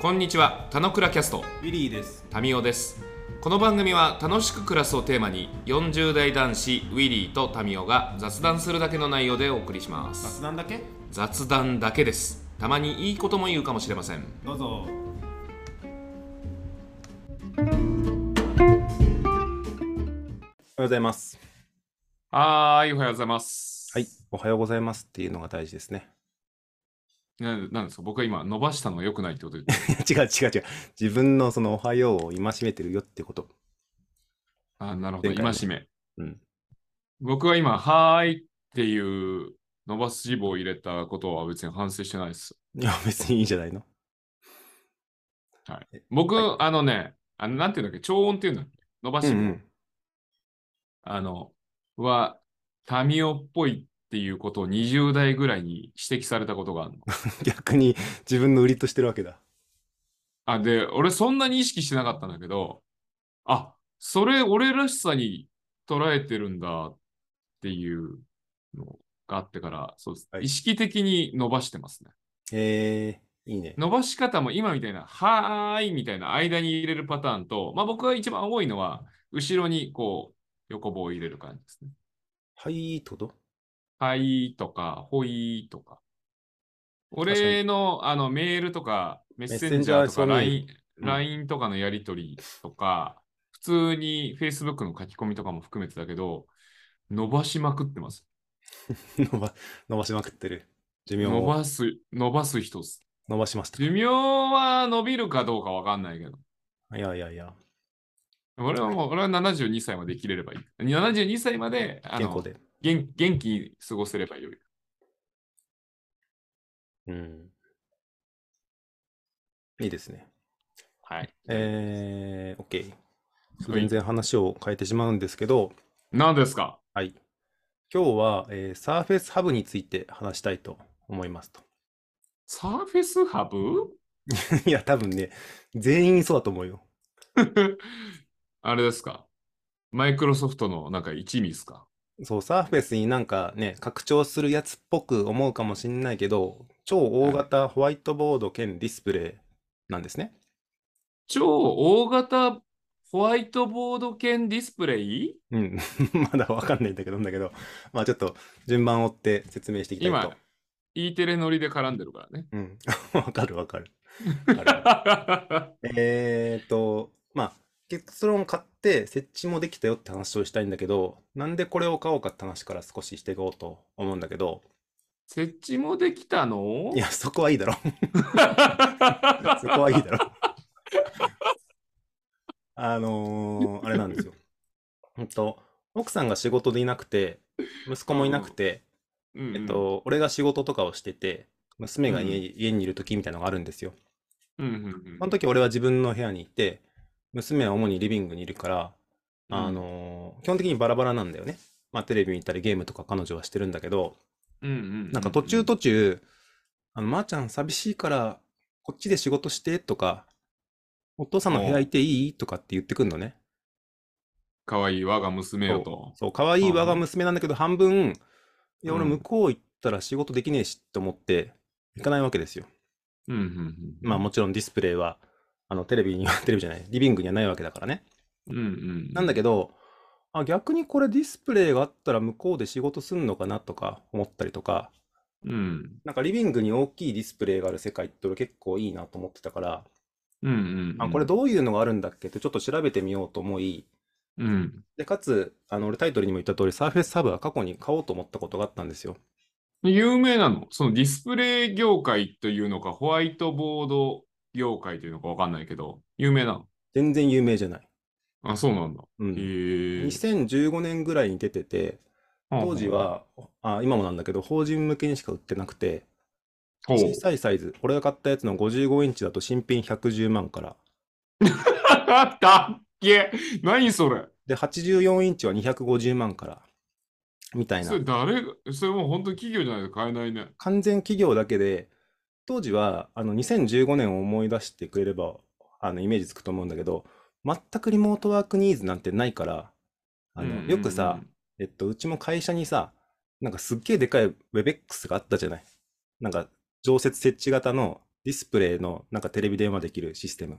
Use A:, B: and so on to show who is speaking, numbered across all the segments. A: こんにちは、たのくらキャスト、
B: ウィリーです。
A: タミオです。この番組は楽しく暮らすをテーマに、40代男子ウィリーとタミオが雑談するだけの内容でお送りします。
B: 雑談だけ
A: 雑談だけです。たまにいいことも言うかもしれません。
B: どうぞ。
C: おはようございます。
A: はーい、おはようございます。
C: はい。。おはようございますっていうのが大事ですね。
A: ななんですか僕は今、伸ばしたのが良くないってことで。
C: 違う違う違う。自分のそのおはようを戒めてるよってこと。
A: あーなるほど、
C: 前回ね
A: 今しめ。
C: うん
A: 僕は今、はーいっていう伸ばす字母を入れたことは別に反省してないです。
C: いや、別にいいんじゃないの
A: 僕、あのね、あのなんていうんだっけ、超音っていうんだっけ、伸ばし棒、あの、は、タミオっぽいっていうことを20代ぐらいに指摘されたことがあ るの。
C: 逆に自分の売りとしてるわけだ。
A: あ、で、俺そんなに意識してなかったんだけど、あ、それ俺らしさに捉えてるんだっていうのがあってから、そうです。
C: はい
A: 意識的に伸ばしてますね。
C: えー、いいね。
A: 伸ばし方も今みたいな、はーいみたいな間に入れるパターンと、まあ僕が一番多いのは、後ろにこう、横棒を入れる感じですね。
C: はい、ってこと
A: はいとか、ほいとか。
C: かに
A: 俺のあのメールとか、メッセン
C: メッセン
A: ジ
C: ジ
A: ャ
C: ャ
A: ー
C: ー
A: と
C: そ
A: か
C: う
A: LINE、
C: うん
A: LINE とかのやりとりとか、普通に Facebook の書き込みとかも含めてだけど、伸ばしまくってます。
C: 伸ば伸ばしまくってる。寿命
A: 伸
C: を
A: ばす、伸ばす人っす。
C: 伸ばしました。
A: 寿命は伸びるかどうかわかんないけど。
C: いやいやいや、
A: 俺はもう、俺は72歳まで生きれればいい。72歳まで、あ
C: 健
A: の
C: 康で。
A: 元元気に過ごせればよい。
C: うん。いいですね。
A: はい。
C: えー、OK。
A: はい
C: 全然話を変えてしまうんですけど、
A: 何ですか
C: はい。今日は、えー、Surface Hub について話したいと思いますと。
A: サーフェスハブ
C: いや、多分ね、全員そうだと思うよ。
A: あれですかマイクロソフトのなんか一味ですか
C: そう、Surface になんかね、拡張するやつっぽく思うかもしんないけど、超大型ホワイトボード兼ディスプレイなんですね。
A: 超大型ホワイトボード兼ディスプレイ
C: うん。 まだわかんないんだけど、んだけど、まあちょっと順番を追って説明していきたいと
A: 今。、E テレ乗りで絡んでるから ね。
C: うん。わかるわ かる。わかるわかるえーっと、まあ、結論買って設置もできたよって話をしたいんだけど、なんでこれを買おうかって話から少ししていこうと思うんだけど、
A: 設置もできたの
C: いや、そこはいいだろ。 そこはいいだろ。 あのーあれなんですよ。ほんと、奥さんが仕事でいなくて、息子もいなくて、
A: うんうん
C: えっ、と、俺が仕事とかをしてて、娘が家,、
A: うん
C: 家にいる時みたいなのがあるんですよ。
A: うんうん
C: その時俺は自分の部屋にいて、娘は主にリビングにいるから、
A: うん
C: あのー基本的にバラバラなんだよね。まあ、テレビ見たりゲームとか彼女はしてるんだけど、
A: うんうんうん
C: なんか途中途中、あの、まー、ちゃん寂しいから、こっちで仕事してとか、お父さんの部屋行っていいとかって言ってくんのね。
A: かわいい我が娘よと。
C: そう、可愛い我が
A: うん
C: 娘なんだけど、半分、いや、
A: うん
C: 俺向こう行ったら仕事できねえしって思って、行かないわけですよ。
A: うんうんうん
C: まあもちろんディスプレイは、あの、テレビには、 テレビじゃない、リビングにはないわけだからね。
A: うんうん
C: なんだけど、あ、逆にこれディスプレイがあったら向こうで仕事すんのかなとか思ったりとか、
A: うん
C: なんかリビングに大きいディスプレイがある世界って俺結構いいなと思ってたから、
A: うんうん
C: あ、これどういうのがあるんだっけってちょっと調べてみようと思い、
A: うん
C: で、かつ、あの、俺タイトルにも言った通り、サーフェスサブは過去に買おうと思ったことがあったんですよ。
A: 有名なのそのディスプレイ業界というのか、ホワイトボード業界というのかわかんないけど、有名なの
C: 全然有名じゃない。
A: あ、そうなんだ。
C: う
A: へ
C: ん。
A: え。
C: 2015年ぐらいに出てて、当時は、あ、今もなんだけど、法人向けにしか売ってなくて、
A: ほう、
C: 小さいサイズ、俺が買ったやつの55インチだと新品110万から、
A: だっけ何それ
C: で、84インチは250万から、みたいな
A: それ。誰が、それもう本当企業じゃないと買えないね。
C: 完全企業だけで、当時はあの2015年を思い出してくれればあのイメージつくと思うんだけど、全くリモートワークニーズなんてないから、あ
A: うんうん
C: の
A: うん
C: よくさ、、えっと、うちも会社にさ、なんかすっげえでかい WebEx があったじゃない。なんか常設設置型のディスプレイのなんかテレビ電話できるシステム。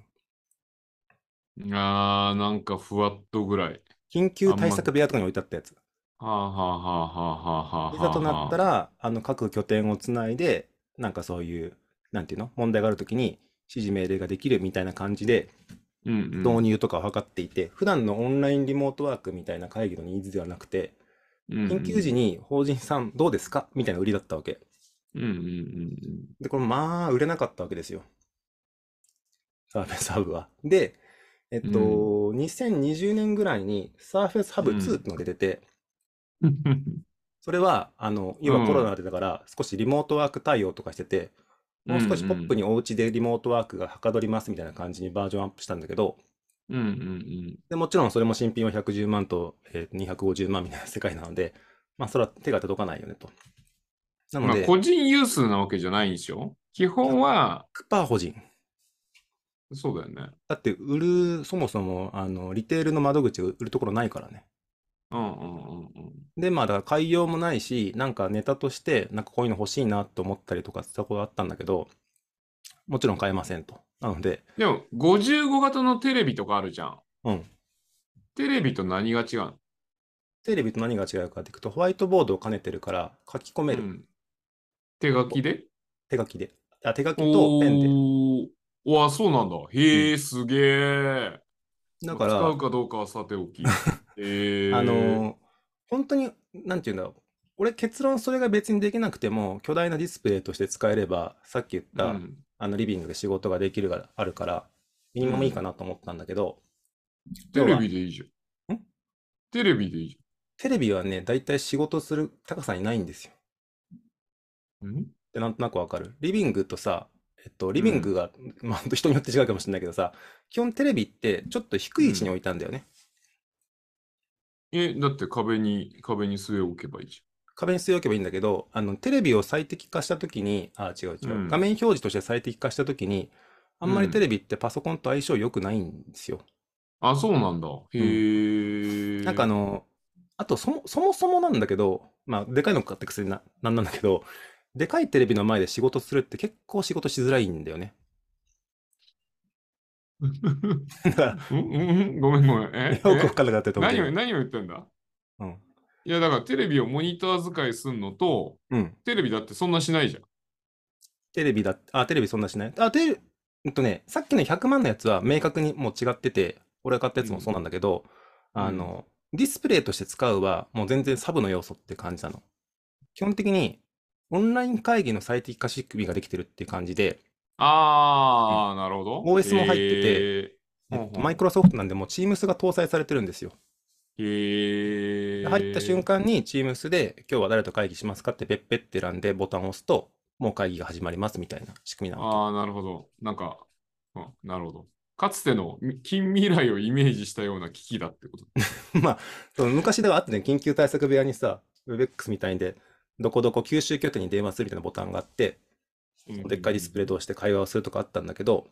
A: あー、なんかふわっとぐらい。
C: 緊急対策部屋とかに置いてあったやつ。
A: はあはあはあはあはあはあはあ。
C: いざとなった
A: ら。
C: ら、あの、各拠点をつないで、なんかそういう、なんていうの問題があるときに指示命令ができるみたいな感じで、
A: うん、うん。
C: 導入とかを図っていて、普段のオンラインリモートワークみたいな会議のニーズではなくて、緊急時
A: に。
C: に法人さんどうですかみたいな売りだったわけ。
A: うんうんうん
C: で、これまあ売れなかったわけですよ。サーフェスハブは。で、えっと、2020年ぐらいにサーフェスハブ2ってのが出てて、
A: うん。
C: それは、あの、
A: う
C: 今
A: ん
C: コロナでだから少しリモートワーク対応とかしてて、もう少しポップにお家でリモートワークがはかどりますみたいな感じにバージョンアップしたんだけど、
A: うんうんうん。
C: で、もちろんそれも新品は110万と、えー250万みたいな 世界なので、まあそれは手が届かないよねと。な
A: ま
C: の
A: あ、
C: で、
A: 個人有数なわけじゃないんでしょ基本は、
C: 100%個人。
A: そうだよね。
C: だって売る、そもそも、あの、リテールの窓口を売るところないからね。
A: うんうんうんうん。
C: で、まあだから開業もないし、なんかネタとして、なんかこういうの欲しいなと思ったりとかしたことあったんだけど、もちろん買えませんと。なので、
A: でも、55型のテレビとかあるじゃん。
C: うん。
A: テレビと何が違うの
C: テレビと何が違うかっていくと、ホワイトボードを兼ねてるから書き込める。
A: うん手書きで
C: 手書きで。あ、手書きと
A: お
C: ペンで。
A: ーうわ、そうなんだ。へえ、すげえ。
C: だ
A: 使
C: から
A: う、かどうかはさてお き。へえ。
C: あのー本当に、なんて言うんだろう。俺結論それが別にできなくても、巨大なディスプレイとして使えれば、さっき言っ
A: う
C: た、
A: ん、
C: あのリビングで仕事ができるがあるから、ミニマムいいかなと思ったんだけど、
A: テレビでいいじゃん
C: ん。
A: テレビでいいじ
C: テレビはね、だいたい仕事する高さにないんですよ。
A: ゃん。ん
C: でなんとなくわかる。リビングとさ、えっと、リビングが、まあ、ほんと人によって違うかもしれないけどさ、基本テレビってちょっと低い位置に置いたんだよね。
A: え、だって壁に、壁に据え置けばいいじ
C: 壁に据え置けばいいんだけど、あの、テレビを最適化したときに、あ、違う違う、
A: うん
C: 画面表示として最適化したときに、あんまりテレビってパソコンと相性良くないんですよ。
A: ゃん。あ、そうなんだ。へえ。
C: なんかあの、あとそも、そもそもなんだけど、まあ、でかいの買ってくせにな、なんなんだけど、でかいテレビの前で仕事するって結構仕事しづらいんだよね。だから、
A: うんうん ごめんごめん。え
C: よくわかんなくなってる
A: え
C: と思う
A: 何
C: けど
A: を何を言ってんだ
C: うん。
A: いや、だからテレビをモニター使いすんのと、
C: うん。
A: テレビだってそんなしないじゃん。
C: テレビだ、あ、テレビそんなしない。あ、テレビ、うんとね、さっきの100万のやつは明確にもう違ってて、俺が買ったやつもそうなんだけど、
A: うん
C: あの、ディスプレイとして使うは、もう全然サブの要素って感じなの。基本的に、オンライン会議の最適化仕組みができてるっていう感じで、
A: あー、なるほど。
C: OS も入ってて
A: へーほんほん
C: マイクロソフトなんでもう Teams が搭載されてるんですよ。
A: へえ。
C: で入った瞬間に Teams で今日は誰と会議しますかってペッペって選んでボタンを押すともう会議が始まりますみたいな仕組みなの。
A: ああ、なるほど。なんか、うん、なるほど。かつてのみ近未来をイメージしたような機器だってこと。
C: まあ、その昔ではあってね、緊急対策部屋にさ、WebEx みたいにで、どこどこ九州拠点に電話するみたいなボタンがあって、でっかいディスプレイ
A: と。
C: 同士で会話をするとかあったんだけど、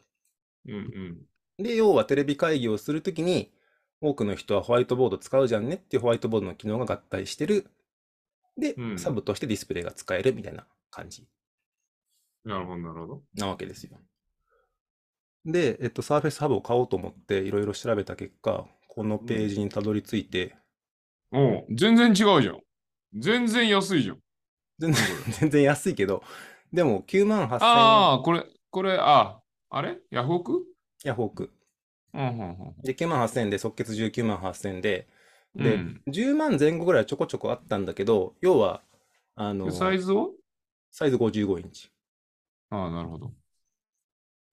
A: うんうん。
C: で、要はテレビ会議をするときに、多くの人はホワイトボード使うじゃんねっていうホワイトボードの機能が合体してる。で
A: う、ん
C: サブとしてディスプレイが使えるみたいな感じ。
A: なるほど、なるほど。
C: なわけですよ。で、えっと、サーフェスハブを買おうと思って、いろいろ調べた結果、このページにたどり着いて、
A: おう全然違うじゃん。全然安いじゃん。
C: 全然、全然安いけど、でも9万8000円、
A: ああ、これ、これ、あ、あれヤフオク
C: ヤフオク。
A: うんうんうん
C: で、9万8000円で、即決19万8000円で、
A: うん。
C: で10万前後ぐらいはちょこちょこあったんだけど、要は、あ
A: う
C: の
A: ん、、サイズを
C: サイズ55インチ。
A: ああ、なるほど。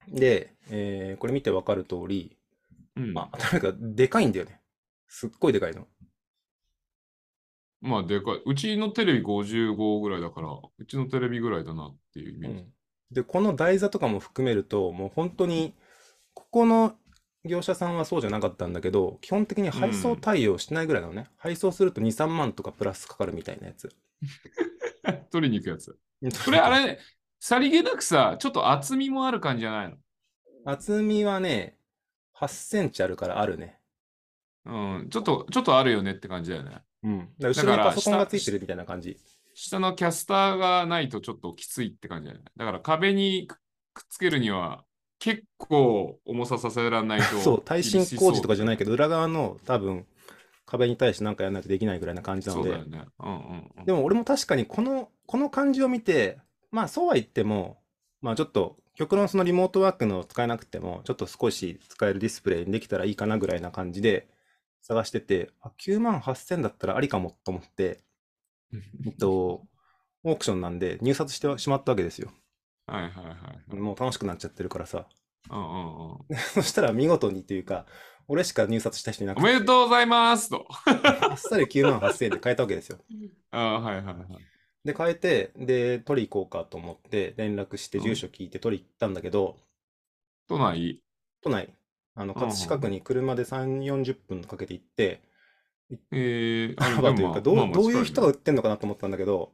C: で、えーこれ見てわかる通り、
A: うん、ま
C: まあ、 なんか、でかいんだよね。すっごいでかいの。
A: あ、でかい。うちのテレビ55ぐらいだから、うちのテレビぐらいだなっていうイメージ。
C: で、この台座とかも含めると、もう本当に、ここの業者さんはそうじゃなかったんだけど、基本的に配送対応しないぐらいなのね。配送すると2、3万とかプラスかかるみたいなやつ。
A: 取りに行くやつ。これ、あれ、さりげなくさ、ちょっと厚みもある感じじゃない
C: 厚みはね、8センチあるからあるね。
A: のうん、ちょっと、ちょっとあるよねって感じだよね。
C: うん。だ
A: だ
C: から後ろ
A: か
C: に
A: ら
C: パソコンがついてるみたいな感じ。
A: 下のキャスターがないとちょっときついって感じだよね。だから壁にくくっつけるには、結構重ささせられないと。
C: そう、耐震工事とかじゃないいけど、裏側の多分壁に対して何かやらないとできないぐらいな感じな
A: そ
C: の
A: う
C: で、
A: だよね。うんうんうん。
C: でも俺も確かにこの、この感じを見て、まあそうは言っても、まあちょっと、極論そのリモートワークの使えなくても、ちょっと少し使えるディスプレイにできたらいいかなぐらいな感じで探してて、あ、9万8000だったらありかもと思って、えっと、オークションなんで入札してしまったわけですよ。
A: はいはいはい。
C: もう楽しくなっちゃってるからさ。
A: うんうんうん。
C: そしたら見事にというか、俺しか入札した人いなく
A: お
C: て、
A: めでとうございますと。
C: あっさり9万8000円で買えたわけですよ。
A: ああ、はいはいはい。
C: で、変えて、で、取り行こうかと思って、連絡して、
A: うん
C: 住所聞いて取り行ったんだけど、
A: 都内。
C: 都内、あの、
A: うんうん
C: 葛飾区に車で3、40分かけて行って、
A: えー、
C: 幅というか、どう、どういう人が売ってんのかなと思ったんだけど、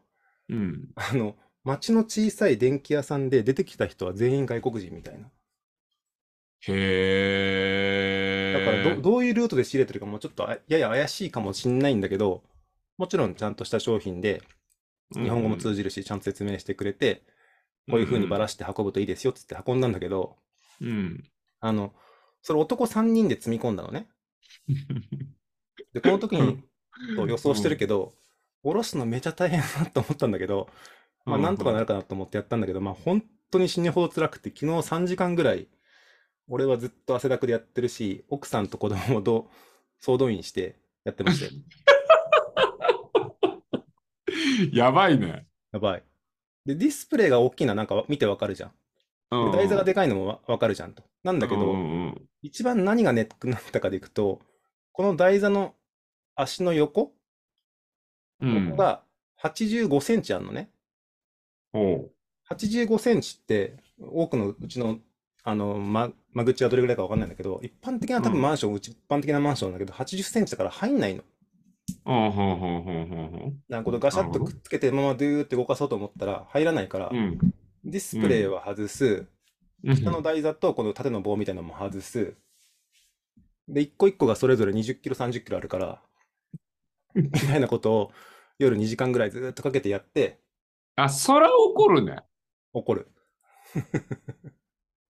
A: が。うん。
C: あの、街の小さい電気屋さんで出てきた人は全員外国人みたいな。
A: へ
C: だ
A: え。
C: からど、どういうルートで仕入れてるかもちょっとあやや怪しいかもしんないんだけど、もちろんちゃんとした商品で、日本語も通じるし、ちゃんと説明してくれて、こういう風にばら
A: し
C: して運ぶといいですよっつって運んだんだけど、
A: うんうん。
C: あの、それ男3人で積み込んだの ね。で、この時にと予想してるけど、下ろすのめちゃ大変だなと思ったんだけど、まあなんとかなるかなと思ってやったんだけど、まあ本当に死ぬほど辛くて、昨日3時間ぐらい、俺はずっと汗だくでやってるし、奥さんと子供をど総動員してやってまして、
A: やばいね。
C: やばい。で、ディスプレイが大きな、なんか見てわかるじゃん。
A: うん
C: で台座がでかいのもわわかるじゃんと。なんだけど、
A: うんうんうん
C: 一番何がネックになったかでいくと、この台座の足の横
A: うん、
C: ここが85センチあるのね。
A: おう
C: 85センチって、多くのうちの、あの、ま、間口はどれぐらいかわかんないんだけど、一般的な多
A: う
C: 分
A: ん
C: マンション、うち一般的なマンションだけど、80センチだから入んないの。
A: うんほうほうほうほうほう
C: なんかこうガシャッとくっつけて、ままドゥーって動かそうと思ったら入らないから、
A: うん
C: ディスプレイは外す、
A: うん
C: 下の台座とこの縦の棒みたいなのも外す。で、一個一個がそれぞれ20キロ、30キロあるから、みたいなことを夜2時間ぐらいずーっとかけてやって
A: あ、そら怒るね。
C: 怒る。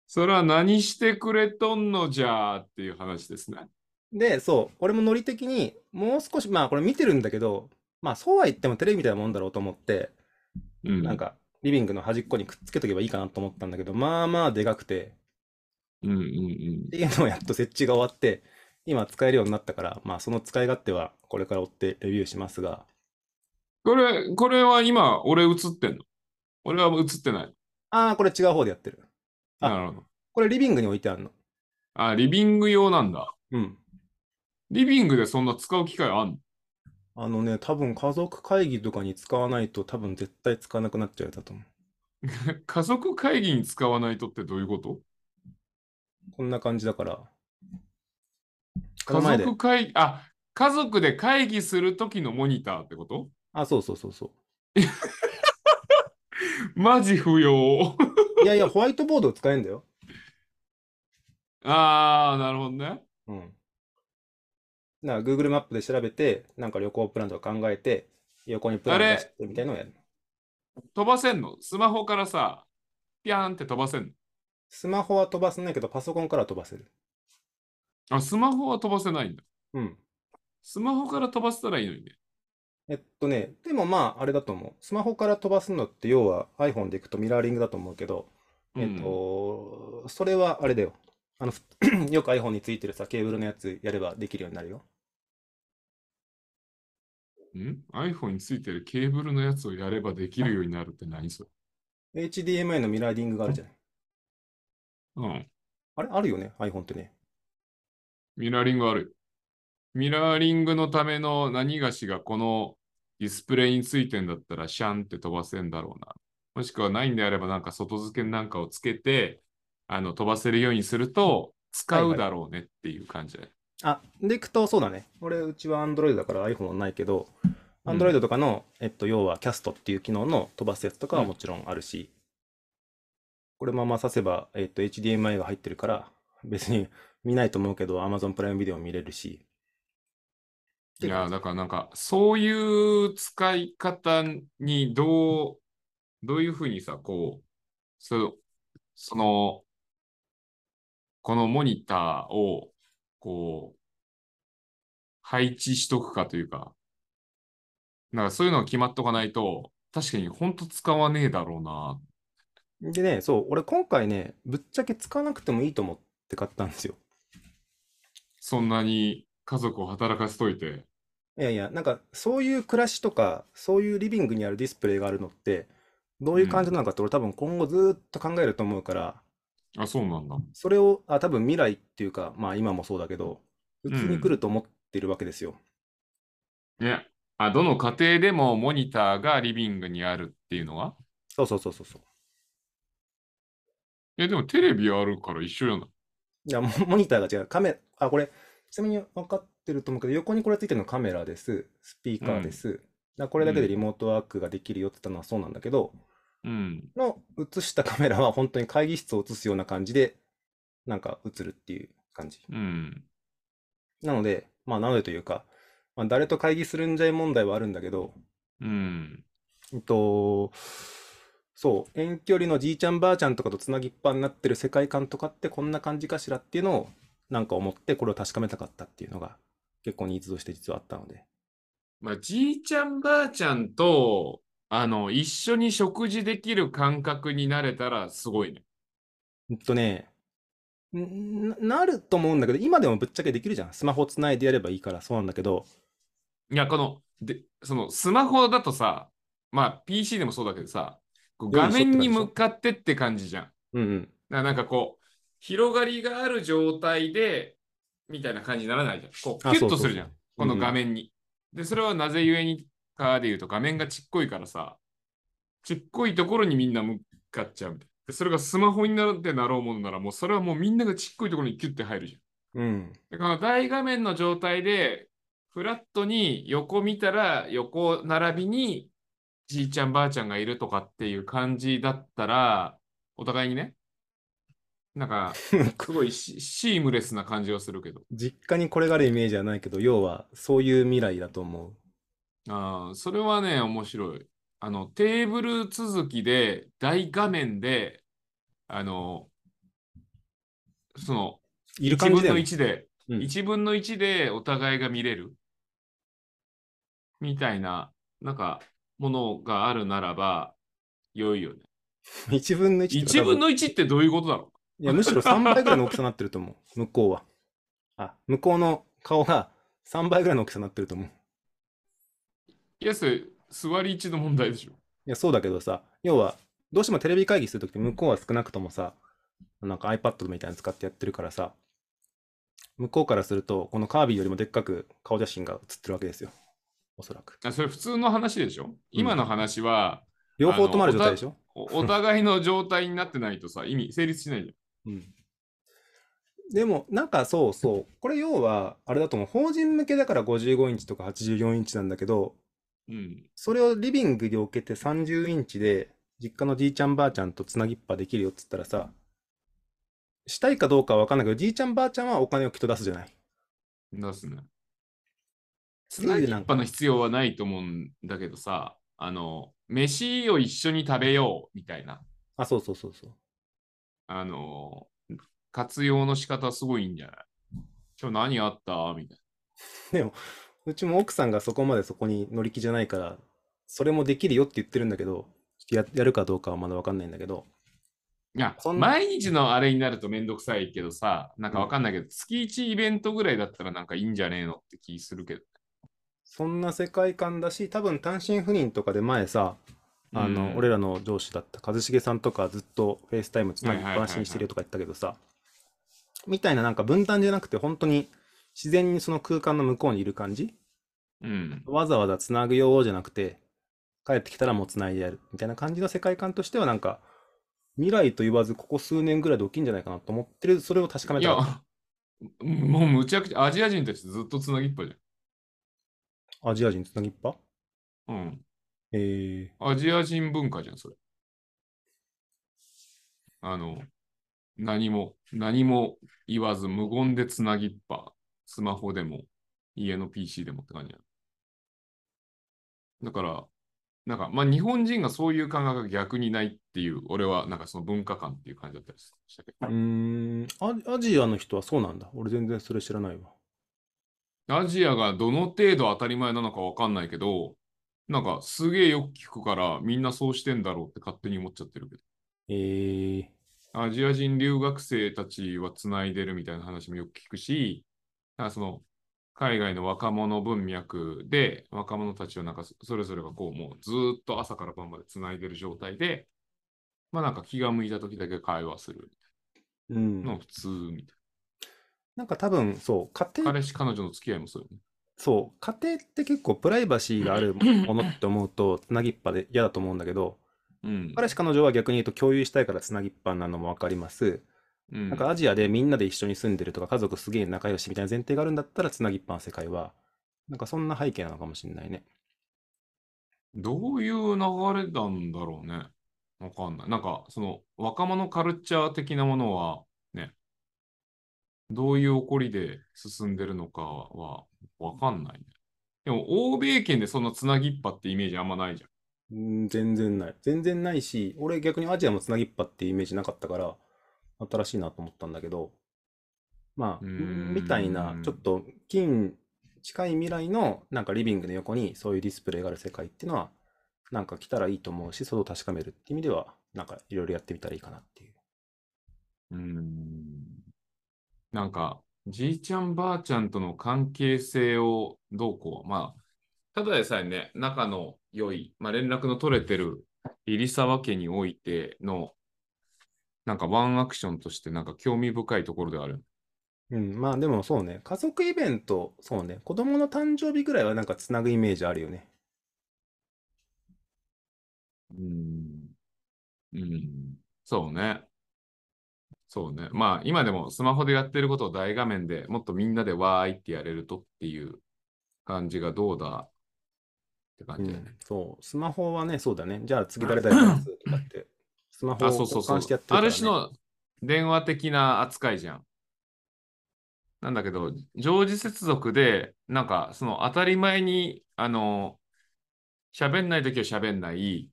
A: そら何してくれとんのじゃーっていう話ですね。
C: で、そう、俺もノリ的にもう少し、まあこれ見てるんだけど、まあそうは言ってもテレビみたいなもんだろうと思って、
A: うん。
C: なんかリビングの端っこにくっつけとけばいいかなと思ったんだけど、まあまあでかくて、
A: うんうんうん
C: っ。ていうのをやっと設置が終わって、今使えるようになったから、まあその使い勝手はこれから追ってレビューしますが、
A: これ、これは今、俺映ってんの俺は映ってない。
C: ああ、これ違う方でやってる。あ
A: なるほど。
C: これリビングに置いてあるの。
A: あ、リビング用なんだ。
C: うん。
A: リビングでそんな使う機会あんの
C: あのね、多分家族会議とかに使わないと多分絶対使わなくなっちゃうやつだと思
A: 家族会議に使わないとってどういうこと
C: う。こんな感じだから。この
A: 家
C: 前で
A: 族会議、あ、家族で会議するときのモニターってこと
C: あ、そうそうそうそ
A: マジ不要。
C: う。いやいや、ホワイトボードを使えんだよ。
A: ああ、なるほどね。
C: うん。だから Google マップで調べて、なんか旅行プランとか考えて、横にプラン
A: あれ
C: 出してみたいのをやる。
A: 飛ばせんのスマホからさ、ピャーンって飛ばせんの
C: スマホは飛ばせないけど、パソコンからは飛ばせる。
A: あ、スマホは飛ばせないんだ。
C: うん。
A: スマホから飛ばせたらいいのにね。
C: えっとね、でもまあ、あれだと思う。スマホから飛ばすのって、要は iPhone でいくとミラーリングだと思うけど、
A: うん
C: えっと、それはあれだよ。あの、ふ よく iPhone についてるさ、ケーブルのやつやればできるようになるよ。
A: ん ?iPhone についてるケーブルのやつをやればできるようになるって何それ
C: HDMI のミラーリングがあるじゃない。
A: うん。
C: あれあるよね ?iPhone ってね。
A: ミラーリングあるよ。ミラーリングのための何がしがこのディスプレイについてんだったらシャンって飛ばせんだろうな。もしくはないんであればなんか外付けなんかをつけて、あの飛ばせるようにすると使うだろうねっていう感じだよ
C: あ、でいくと、そうだね。俺、うちは Android だから iPhone はないけど、
A: うん
C: Android とかの、えっと、要は Cast っていう機能の飛ばすやつとかはもちろんあるし、これままさせば、えっと、HDMI が入ってるから、別に見ないと思うけど、Amazon プライムビデオ見れるし。
A: いやー、だからなんか、そういう使い方にどう、どういうふうにさ、こう、そう、その、このモニターを、こう、配置しとくかというか、なんかそういうのが決まっとかないと、確かに本当使わねえだろうな。
C: でね、そう、俺今回ね、ぶっちゃけ使わなくてもいいと思って買ったんですよ。
A: そんなに家族を働かせといて。
C: いやいや、なんかそういう暮らしとか、そういうリビングにあるディスプレイがあるのって、どういう感じなのかって俺多分今後ずーっと考えると思うから、
A: あ、そうなんだ。
C: それを、あ、多分未来っていうか、まあ今もそうだけど、普通に来ると思ってるわけですよ。
A: ね。あ、どの家庭でもモニターがリビングにあるっていうのは
C: そうそうそうそうそう。
A: え、でもテレビあるから一緒じゃない
C: いや、モモニターが違う。カメ、あ、これ、ちなみに分かってると思うけど、横にこれついてるのカメラです、スピーカーです。だこれだけでリモートワークができるよって言ったのはそうなんだけど、
A: うん。
C: の映した カメラは本当に会議室を映すような感じで、なんか映るっていう感じ。
A: うん。
C: なので、まあ、なのでというか、まあ、誰と会議するんじゃい問題はあるんだけど、
A: うん。
C: うんと、そう、遠距離のじいちゃんばあちゃんとかとつなぎっぱになってる世界観とかってこんな感じかしらっていうのを、なんか思ってこれを確かめたかったっていうのが、結構ニーズとして実はあったので。
A: まあ、じいちゃんばあちゃんと、あの、一緒に食事できる感覚になれたらすごいね。
C: うんとね、んななると思うんだけど、今でもぶっちゃけできるじゃん。スマホつないでやればいいからそうなんだけど、
A: いや、この、で、その、スマホだとさ、まあ、PC でもそうだけどさ、こう
C: よ
A: 画
C: いしょって
A: 面
C: 感
A: に
C: じでしょ
A: 向かってって感じじゃん。だか
C: うんうん。
A: らなんかこう、広がりがある状態で、みたいな感じにならないじゃん。こう、
C: あ、
A: キュ
C: そ
A: ッ
C: う
A: と
C: そう
A: す
C: そう。
A: るじゃん。
C: う
A: こ
C: んう
A: の画
C: ん。
A: 面に。で、それはなぜゆえにかで言うと、画面がちっこいからさ、ちっこいところにみんな向かっちゃうみたいな。でそれがスマホになってなろうものなら、もうそれはもうみんながちっこいところにキュッて入るじゃん。
C: うん
A: で、この大画面の状態で、フラットに横見たら横並びにじいちゃんばあちゃんがいるとかっていう感じだったら、お互いにね、なんか、すごいシ、シームレスな感じはするけど、
C: 実家にこれがあるイメージはないけど、要はそういう未来だと思う。
A: あーそれはね、面白い。あの、テーブル続きで、大画面で、あの、その、
C: いる
A: 1
C: 感じ
A: 分
C: だよ
A: の
C: ね。
A: 1で、
C: うん。
A: 1分の1でお互いが見れる。みたいな、なんか、ものがあるならば、良いよね。
C: 1分の1ってか
A: 1分
C: 多分、
A: の1ってどういうことだろ
C: いや、むしろ3倍ぐらいの大きさになってると思う。向こうは。あ、向こうの顔が3倍ぐらいの大きさになってると思う。いう
A: いや、それ、座り位置の問題でしょ。
C: や、そうだけどさ、要は、どうしてもテレビ会議するときって向こうは少なくともさ、なんか iPad みたいなの使ってやってるからさ、向こうからすると、このカービィよりもでっかく顔写真が写ってるわけですよ。おそらく。
A: あそれ普通の話でしょ
C: う
A: 今
C: ん。
A: の話は、
C: 両
A: あ
C: 方と
A: の、
C: もある
A: お
C: 状態で
A: た、
C: しょ
A: お、お互いの状態になってないとさ、意味成立しないじ
C: うんでも、なんかそうそう、これ要は、あれだと思う、法人向けだから55インチとか84インチなんだけど、
A: ゃん。うん。
C: それをリビングに置けて30インチで、実家のじいちゃんばあちゃんとつなぎっぱできるよっつったらさ、したいかどうかは分かんないけど、じいちゃんばあちゃんはお金をきっと出すじゃない。っ
A: 出すね。つ
C: て
A: な
C: いう、
A: ぎっ
C: なん
A: ぱの
C: か、
A: 必要はないと思うんだけどさ、あの、飯を一緒に食べようみたいな、
C: あ、そうそうそうそう。
A: あの、活用の仕方すごいんじゃない今日何あったみたい
C: でも、うちも奥さんがそこまでそこに乗り気じゃないから、それもできるよって言ってるんだけど、や、やるかどうかはまだ分かんないんだけど、
A: な。いや、
C: そん、
A: 毎日のあれになるとめんどくさいけどさ、なん
C: う
A: かわ
C: ん。
A: かんないけど、月1イベントぐらいだったらなんかいいんじゃねえのって気するけど。
C: そんな世界観だし、多分単身赴任とかで前さ、
A: う
C: あの、俺
A: ん。
C: らの上司だった一茂さんとかずっとフェイスタイムつ
A: は
C: ないぎっ
A: は
C: ぱ
A: い
C: な
A: は
C: し
A: い
C: にして
A: は
C: るよ
A: い。
C: とか言ったけどさ、みたいななんか分担じゃなくて本当に自然にその空間の向こうにいる感じ
A: うん。
C: わざわざつなぐようじゃなくて、帰ってきたらもうつないでやるみたいな感じの世界観としてはなんか、未来と言わずここ数年ぐらいで大きいんじゃないかなと思ってる、それを確かめ
A: い
C: たか
A: や、
C: った。
A: もうむちゃくちゃアジア人たちずっとつなぎっぱじ
C: アジア人つなぎっぱ
A: ゃん。うん。
C: え
A: アジア人文化じゃん、それ。あの、何も、何も言わず無言でつなぎっぱ。スマホでも、家の PC でもって感じや。だから、なんか、まあ日本人がそういう感覚が逆にないっていう、俺はなんかその文化観っていう感じだったりしたけ
C: う
A: ど、
C: ーんア、アジアの人はそうなんだ。俺全然それ知らないわ。
A: アジアがどの程度当たり前なのかわかんないけど、なんかすげえよく聞くからみんなそうしてんだろうって勝手に思っちゃってるけど、
C: えー、
A: アジア人留学生たちはつないでるみたいな話もよく聞くし、なんかその海外の若者文脈で若者たちをなんかそそれぞれがこうもうずーっと朝から晩までつないでる状態で、まあなんか気が向いた時だけ会話する
C: う
A: のが
C: ん。
A: 普通みたい
C: なんか多分、そう、家
A: な。
C: 庭、
A: 彼氏彼女の付き合いもそうよね。
C: そう、家庭って結構プライバシーがあるものって思うと、つなぎっぱで嫌だと思うんだけど、
A: うん。
C: 彼氏彼女は逆に言うと共有したいからつなぎっぱなのもわかります。
A: うん、
C: なんかアジアでみんなで一緒に住んでるとか、家族すげえ仲良しみたいな前提があるんだったら、つなぎっぱの世界は、なんかそんな背景なのかもしれないね。
A: どういう流れなんだろうね。わかんない。なんか、その、若者カルチャー的なものは、ね、どういう起こりで進んでるのかは、わかんないね。でも、欧米圏でそんなつなぎっぱってイメージあんまないじゃん。
C: うん、全然ない。全然ないし、俺逆にアジアもつなぎっぱっていうイメージなかったから、新しいなと思ったんだけど、ま
A: う
C: あ、
A: ーん
C: みたいな、ちょっと近、近い未来のなんかリビングの横にそういうディスプレイがある世界っていうのは、なんか来たらいいと思うし、それを確かめるって意味では、なんかいろいろやってみたらいいかなっていう。
A: うーん。なんか、じいちゃんばあちゃんとの関係性をどうこう。まあ、ただでさえね、仲の良い、まあ、連絡の取れてる入沢家においての、なんかワンアクションとして、なんか興味深いところではある。
C: うん、まあでもそうね、家族イベント、そうね、子供の誕生日ぐらいはなんかつなぐイメージあるよね。
A: うーん。うん。そうね。そうね。まあ、今でもスマホでやってることを大画面でもっとみんなでわーいってやれるとっていう感じがどうだって感
C: う
A: じだね。
C: ん、そう、スマホはね、そうだね。じゃあ次誰々話すとかって、スマホ を
A: あ、そうそうそう。
C: 交換してやってるから、ね。
A: ある種の電話的な扱いじゃん。なんだけど、常時接続で、なんか、その当たり前に、あの、喋んないときは喋んない、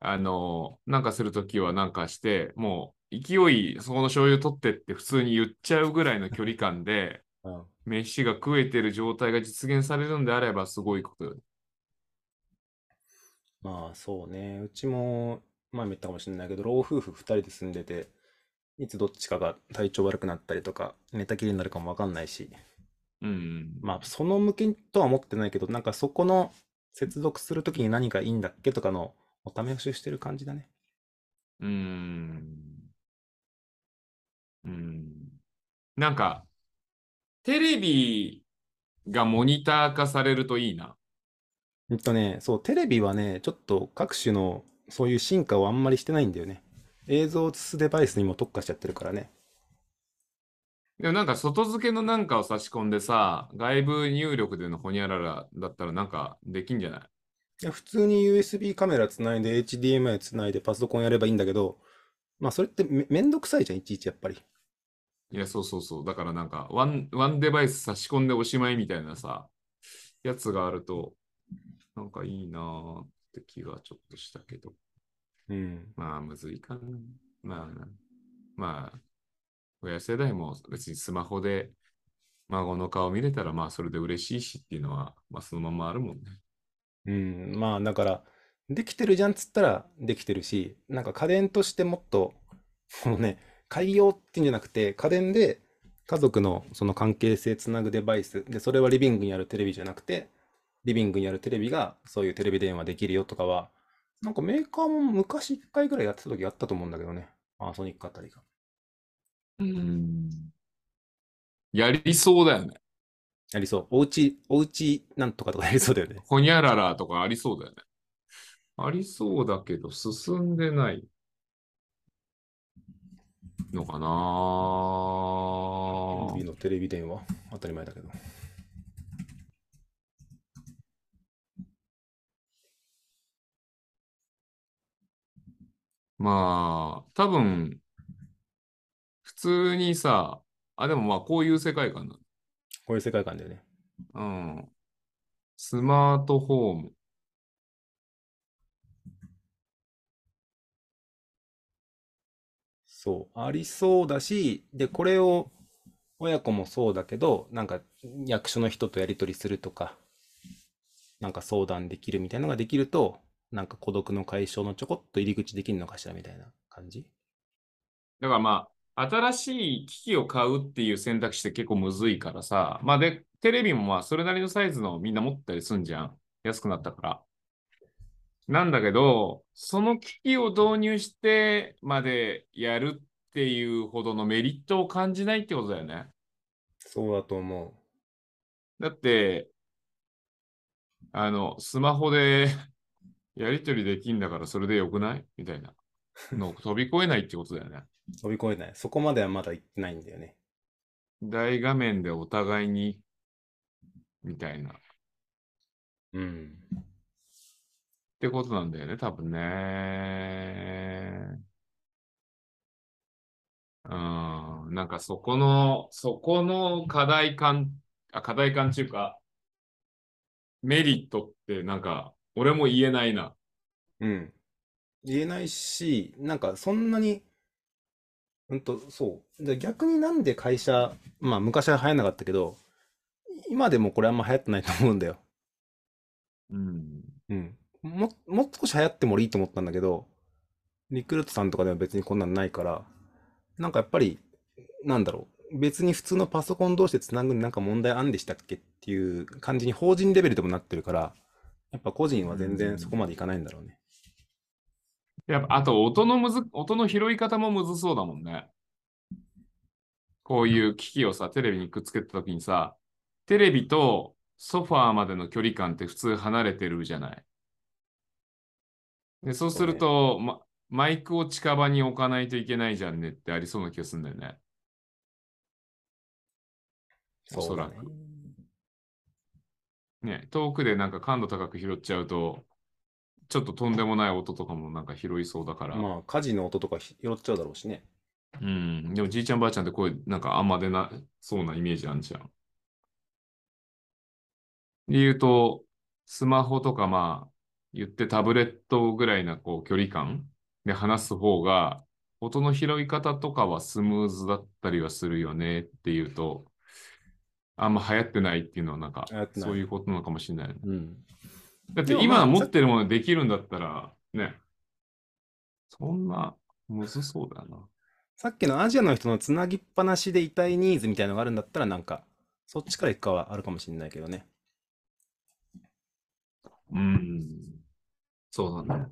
A: あの、なんかするときはなんかして、もう勢い、そこの醤油取ってって普通に言っちゃうぐらいの距離感で、
C: うん
A: 飯が食えてる状態が実現されるんであれば、すごいことよね。
C: まあそうね、うちも前も言ったかもしれないけど、老夫婦2人で住んでて、いつどっちかが体調悪くなったりとか、寝たきりになるかもわかんないし、
A: うん。
C: まあその向きとは思ってないけど、なんかそこの接続するときに何がいいんだっけとかのお試しをしてる感じだね。
A: うーん。うーん。なんか、テレビがモニター化されるといいな。
C: うんとね、そう、テレビはね、ちょっと各種のそういう進化をあんまりしてないんだよね。映像を映すデバイスにも特化しちゃってるからね。
A: でもなんか外付けのなんかを差し込んでさ、外部入力でのホニャララだったらなんかできんじゃない
C: いや普通に USB カメラつないで HDMI つないでパソコンやればいいんだけど、まあそれってめ、めんどくさいじゃん、いちいちやっぱり。
A: いや、そうそうそう。だからなんかワン、ワンデバイス差し込んでおしまいみたいなさ、やつがあると、なんかいいなーって気がちょっとしたけど。
C: うん。
A: まあ、むずいかな。まあ、まあ、親世代も別にスマホで孫の顔見れたら、まあ、それで嬉しいしっていうのは、まあ、そのままあるもんね。
C: うん。まあだから、できてるじゃんっつったらできてるし、なんか家電としてもっと、 このね、改良っていうんじゃなくて、家電で家族のその関係性つなぐデバイス、で、それはリビングにあるテレビじゃなくて、リビングにあるテレビがそういうテレビ電話できるよとかは、なんかメーカーも昔1回ぐらいやってた時あったと思うんだけどね。パソニックあたりが。
A: うん。やりそうだよね。
C: やりそう。おうち、おうちなんとかとかやりそうだよね。
A: ほにゃららとかありそうだよね。ありそうだけど、進んでないのかな
C: 次のテレビ電話。当たり前だけど。
A: まあ、多分、普通にさ、あ、でもまあ、こういう世界観だ。
C: こういう世界観だよね。
A: うん。スマートホーム。
C: そう、ありそうだし、で、これを親子もそうだけど、なんか役所の人とやり取りするとか、なんか相談できるみたいなのができると、なんか孤独の解消のちょこっと入り口できるのかしらみたいな感じ
A: だからまあ、新しい機器を買うっていう選択肢って結構むずいからさ。まあで、テレビもまあ、それなりのサイズのみんな持ったりすんじゃん。安くなったから。なんだけど、その機器を導入してまでやるっていうほどのメリットを感じないってことだよね。
C: そうだと思
A: だって、あの、スマホで やり取りできんだからそれでよくないみたいなのを飛び越えないってことだよね。
C: う。飛び越えない。そこまではまだ行ってないんだよね。
A: 大画面でお互いに、みたいな。っ
C: うん。
A: てことなんだよね、多分ね。うん、なんかそこの、そこの課題感、あ、課題感っていうか、メリットってなんか、俺も言えないな。
C: うん。言えないし、なんかそんなに、うんと、そう。で逆になんで会社、まあ昔は流行んなかったけど、今でもこれあんま流行ってないと思うんだよ。
A: うん。
C: うん。も、もう少し流行ってもいいと思ったんだけど、リクルートさんとかでは別にこんなんないから、なんかやっぱり、なんだろう。別に普通のパソコン同士でつなぐになんか問題あんでしたっけっていう感じに法人レベルでもなってるから、やっぱ個人は全然そこまでいかないんだろうね。
A: やっぱ、あと音のむず、音の拾い方もむずそうだもんね。こういう機器をさ、テレビにくっつけたときにさ、テレビとソファーまでの距離感って普通離れてるじゃない。で、そうすると、ま、マイクを近場に置かないといけないじゃんねってありそうな気がするんだよね。おそらく
C: そうだね。
A: ね、遠くでなんか感度高く拾っちゃうと、ちょっととんでもない音とかもなんか拾いそうだから。
C: まあ、火事の音とか拾っちゃうだろうしね。
A: うん、でもじいちゃんばあちゃんって声なんかあんま出なそうなイメージあんじゃん。で言うと、スマホとかまあ、言ってタブレットぐらいなこう距離感で話す方が、音の拾い方とかはスムーズだったりはするよねっていうと、あんま流行ってないっていうのはなんか
C: 流行ってない
A: そういうことなのかもしれないね。
C: うん。
A: だって
C: でもま
A: 今
C: あ
A: 持ってるものできるんだったら、ね、そんなむずそうだよな。
C: さっきのアジアの人のつなぎっぱなしで痛いニーズみたいのがあるんだったら、なんか、そっちから行くかはあるかもしれないけどね。
A: うん。そうだね。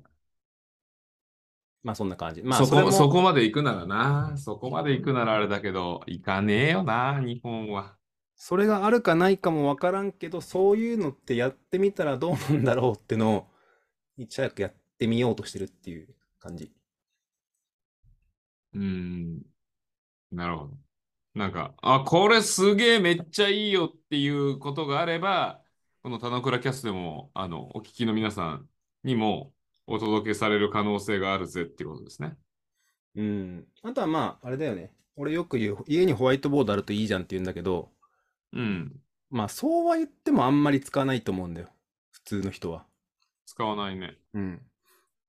C: まあ、そんな感じ。ま
A: そ
C: あ、それ
A: こ
C: も
A: そこまで行くならな。そこまで行くならあれだけど、行かねえよな、日本は。
C: それがあるかないかもわからんけど、そういうのってやってみたらどうなんだろうってのを、いち早くやってみようとしてるっていう感じ。
A: うん。なるほど。なんか、あ、これすげえめっちゃいいよっていうことがあれば、この田之倉キャストでも、あの、お聞きの皆さんにもお届けされる可能性があるぜってことですね。
C: うん。あとはまあ、あれだよね。俺よく言う、家にホワイトボードあるといいじゃんって言うんだけど、
A: うん。
C: まあ、そうは言ってもあんまり使わないと思うんだよ。普通の人は。
A: 使わないね。
C: うん。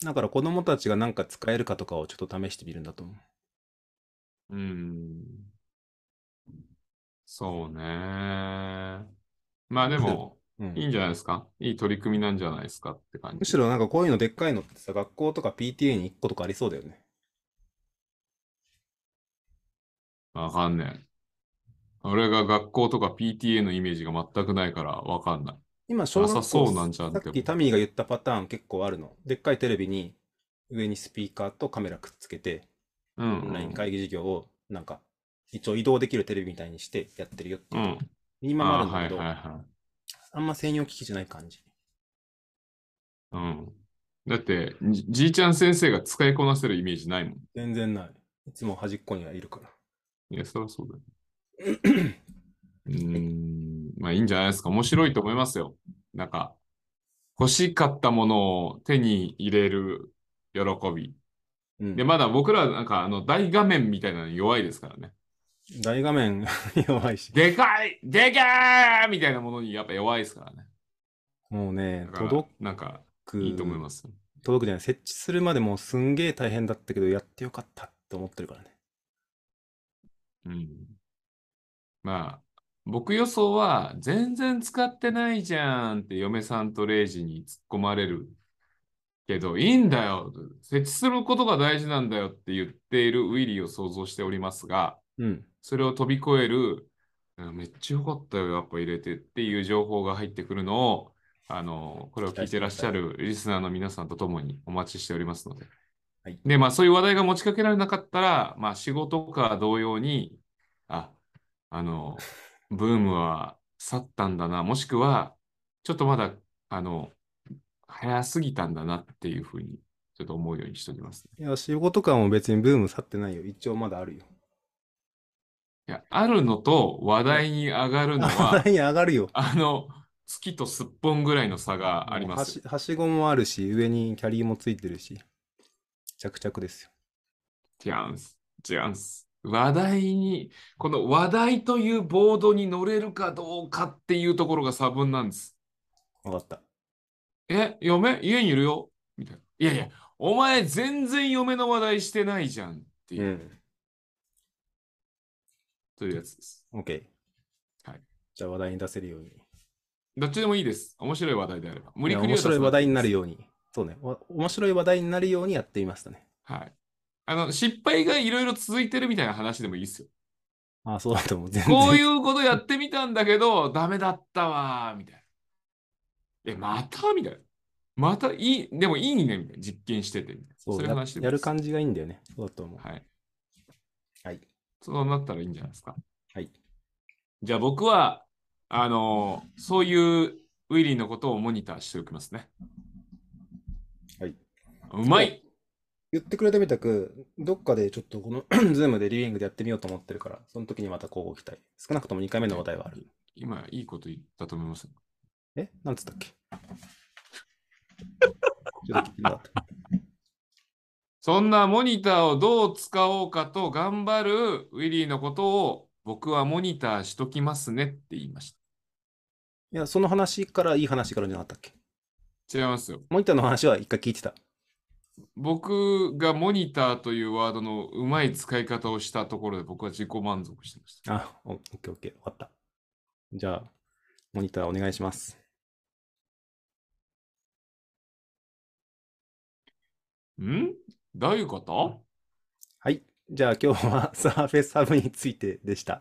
C: だから子供たちがなんか使えるかとかをちょっと試してみるんだと思う。
A: うーん。そうね。まあでも、
C: うん
A: いいんじゃないですか。いい取り組みなんじゃないですかって感
C: む
A: じ。
C: しろなんかこういうのでっかいのってさ、学校とか PTA に1個とかありそうだよね。
A: わかんねえ。俺が学校とか PTA のイメージが全くないからわかんない。
C: 今、小学
A: な
C: 校
A: さそうなんじゃん
C: さっ
A: でも
C: きタミーが言ったパターン結構あるの。でっかいテレビに上にスピーカーとカメラくっつけて、
A: うん、
C: オ
A: う
C: ンライン
A: ん。
C: 会議授業をなんか一応移動できるテレビみたいにしてやってるよって
A: う
C: いう。
A: ん。
C: ミニマムあ
A: ああ、は
C: るんだけ
A: い
C: ど、
A: はいは
C: あんま専用機器じゃない感じ。
A: い。うん。だって、じじいちゃん先生が使いこなせるイメージないもん。
C: 全然ない。いつも端っこにはいるから。
A: いや、そりゃそうだよ。うーん、まあいいんじゃないですか。面白いと思いますよ。なんか、欲しかったものを手に入れる喜び。
C: うん
A: で、まだ僕らなんかあの大画面みたいなの弱いですからね。
C: 大画面 弱いし。
A: でかいでかーみたいなものにやっぱ弱いですからね。
C: もう
A: だ、
C: ね
A: から
C: 届
A: なんか
C: く。
A: いいと思いますよ。
C: 届くじゃない設置するまでもうすんげえ大変だったけどやってよかったっって思ってるからね。
A: うん。まあ、僕予想は、全然使ってないじゃんって嫁さんとレイジに突っ込まれるけど、いいんだよ設置することが大事なんだよって言っているウィリーを想像しておりますが、
C: うん。
A: それを飛び越える、うんめっちゃよかったよ、やっぱ入れてっていう情報が入ってくるのを、あの、これを聞いてらっしゃるリスナーの皆さんと共にお待ちしておりますので。
C: はい
A: で、まあそういう話題が持ちかけられなかったら、まあ仕事とか同様に、あ、あの、ブームは去ったんだな、もしくは、ちょっとまだ、あの、早すぎたんだなっていうふうに、ちょっと思うようにしております。
C: いや、仕事感も別にブーム去ってないよ。一応まだあるよ。
A: いや、あるのと話題に上がるのは、
C: 話題に上がるよ。
A: あの、月とすっぽんぐらいの差があります
C: もうはし。はしごもあるし、上にキャリーもついてるし、着々ですよ。
A: 違うんす。違うんす。話題に、この話題というボードに乗れるかどうかっていうところが差分なんです。
C: わかった。
A: え、嫁家にいるよみたいな。いやいや、お前全然嫁の話題してないじゃんっていう、
C: ん。
A: というやつです。
C: OK。
A: はい。
C: じゃあ話題に出せるように。
A: どっちでもいいです。面白い話題であれば。無
C: い
A: 理
C: や
A: くり
C: 面
A: は出さ
C: 白
A: ない
C: 話題になる
A: よ。
C: ように。そうね。わ面白い話題になるようにやってみましたね。
A: はい。あの、失敗がいろいろ続いてるみたいな話でもいいですよ。
C: あそうだと思う。全然。
A: こういうことやってみたんだけど、 ダメだったわー、みたいな。え、またみたいな。またいい、でもいいね、みたいな。実験してて、みたいな。
C: そ
A: い
C: う
A: う
C: や
A: 話でもい
C: や
A: いで
C: る
A: す
C: 感じがいいんだよね。そうだと思う。
A: はい。
C: はい。
A: そうなったらいいんじゃないですか。
C: はい。
A: じゃあ僕は、あのーそういうウィリーのことをモニターしておきますね。
C: はい。
A: うまい
C: 言ってくれたみたく、どっかでちょっとこの ズームでリビングでやってみようと思ってるから、その時にまた交互期待。少なくとも2回目の話題はある。
A: 今、いいこと言ったと思います。
C: えなんつったっけちょっと聞いてなかった
A: そんなモニターをどう使おうかと頑張るウィリーのことを僕はモニターしときますねって言いまし
C: いや、その話からいい話からじゃなかったっけ
A: た。違いますよ。
C: モニターの話は一回聞いてた。
A: 僕がモニターというワードのうまい使い方をしたところで僕は自己満足してました。
C: あ、オッケーオッケー、わかった。じゃあ、モニターお願いします。
A: んどういうこと
C: はい。じゃあ今日はサーフェスハブについてでした。